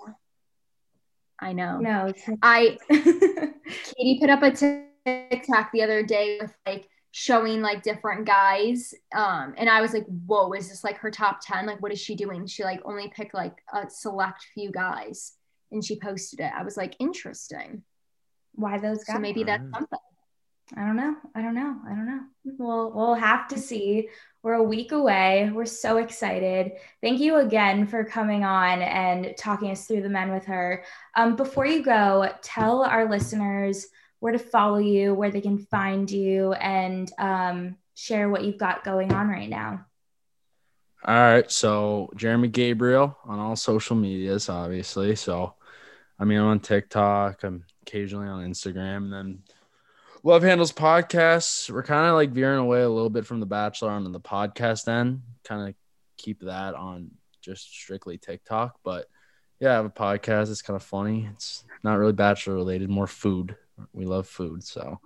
I know. No. it's- <laughs> I Katie put up a TikTok the other day with like showing like different guys. Um, and I was like, whoa, is this like her top 10? Like, what is she doing? She like only picked like a select few guys and she posted it. I was like, interesting. Why those guys? So maybe that's Alright. something. I don't know. I don't know. I don't know. We'll we'll have to see. We're a week away. We're so excited. Thank you again for coming on and talking us through the men with her. Um, before you go, tell our listeners where to follow you, where they can find you, and um, share what you've got going on right now. All right. So Jeremy Gabriel on all social medias, obviously. So I mean I'm on TikTok, I'm occasionally on Instagram, and then Love Handles podcasts. We're kind of like veering away a little bit from the Bachelor onto the podcast end. Kind of keep that on just strictly TikTok. But yeah, I have a podcast. It's kind of funny. It's not really bachelor related, more food. We love food. So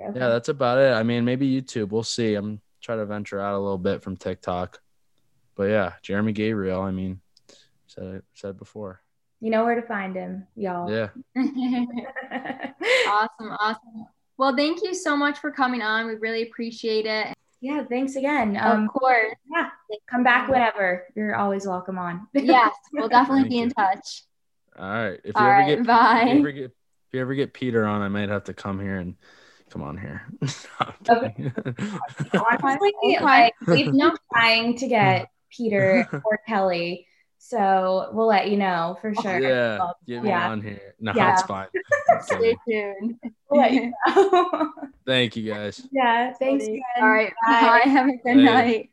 yeah, that's about it. I mean, maybe YouTube. We'll see. I'm trying to venture out a little bit from TikTok. But yeah, Jeremy Gabriel. I mean, said it said before. you know where to find him, y'all. Yeah. Mm. <laughs> Yeah, <laughs> awesome. Awesome. Well, thank you so much for coming on. We really appreciate it. thanks again. Um, of course. yeah, come back whenever. You're always welcome on. <laughs> yes, we'll definitely Thank be in you. touch. All right. If you All ever right, get bye. If you ever get if you ever get Peter on, I might have to come here and come on here. <laughs> I'm kidding. honestly, Okay. like we've been trying to get Peter or Kelly, so we'll let you know for sure. <laughs> yeah. Get me Yeah. on here. No, Yeah. it's fine. I'm Stay <laughs> kidding. tuned. We'll let you know. <laughs> Thank you guys. yeah, thanks. Jen. <laughs> All right. Bye. Bye. <laughs> Have a good Later. night.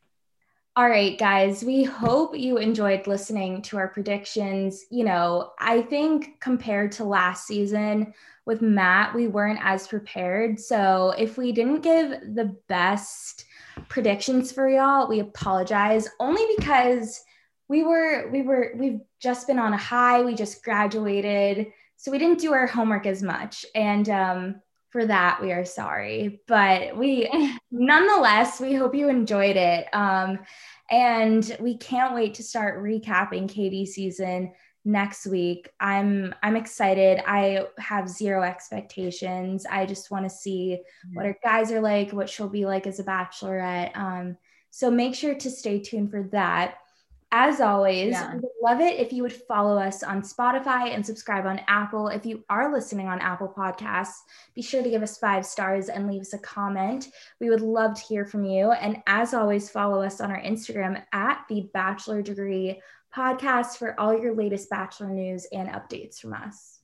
All right, guys, we hope you enjoyed listening to our predictions. You know, I think compared to last season with Matt, we weren't as prepared. So if we didn't give the best predictions for y'all, we apologize only because we were, we were, we've just been on a high. We just graduated. So we didn't do our homework as much. And, um, for that, we are sorry, but we <laughs> nonetheless, we hope you enjoyed it. Um, and we can't wait to start recapping Katie season next week. I'm I'm excited. I have zero expectations. I just want to see what her guys are like, what she'll be like as a bachelorette. Um, so make sure to stay tuned for that. As always, Yeah. we would love it if you would follow us on Spotify and subscribe on Apple. If you are listening on Apple Podcasts, be sure to give us five stars and leave us a comment. We would love to hear from you. And as always, follow us on our Instagram at the Bachelor Degree Podcast for all your latest Bachelor news and updates from us.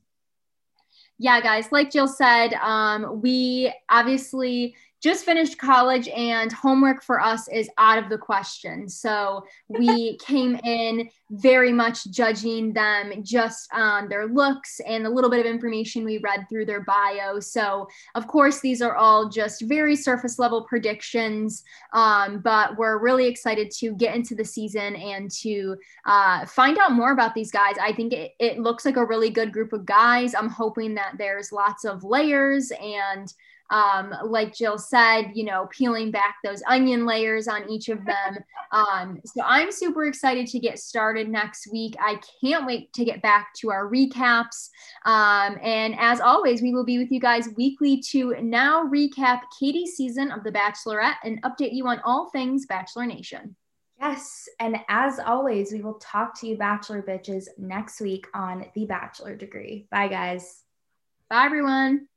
yeah guys like jill said um, we obviously just finished college and homework for us is out of the question so we came in very much judging them just on their looks and the little bit of information we read through their bio so of course these are all just very surface level predictions um, but we're really excited to get into the season and to uh, find out more about these guys. I think it, it looks like a really good group of guys. I'm hoping that there's lots of layers and um, like Jill said, you know, peeling back those onion layers on each of them. Um, so I'm super excited to get started next week. I can't wait to get back to our recaps. Um, and as always, we will be with you guys weekly to now recap Katie's season of The Bachelorette and update you on all things Bachelor Nation. Yes. And as always, we will talk to you, Bachelor Bitches, next week on The Bachelor Degree. Bye, guys. Bye, everyone.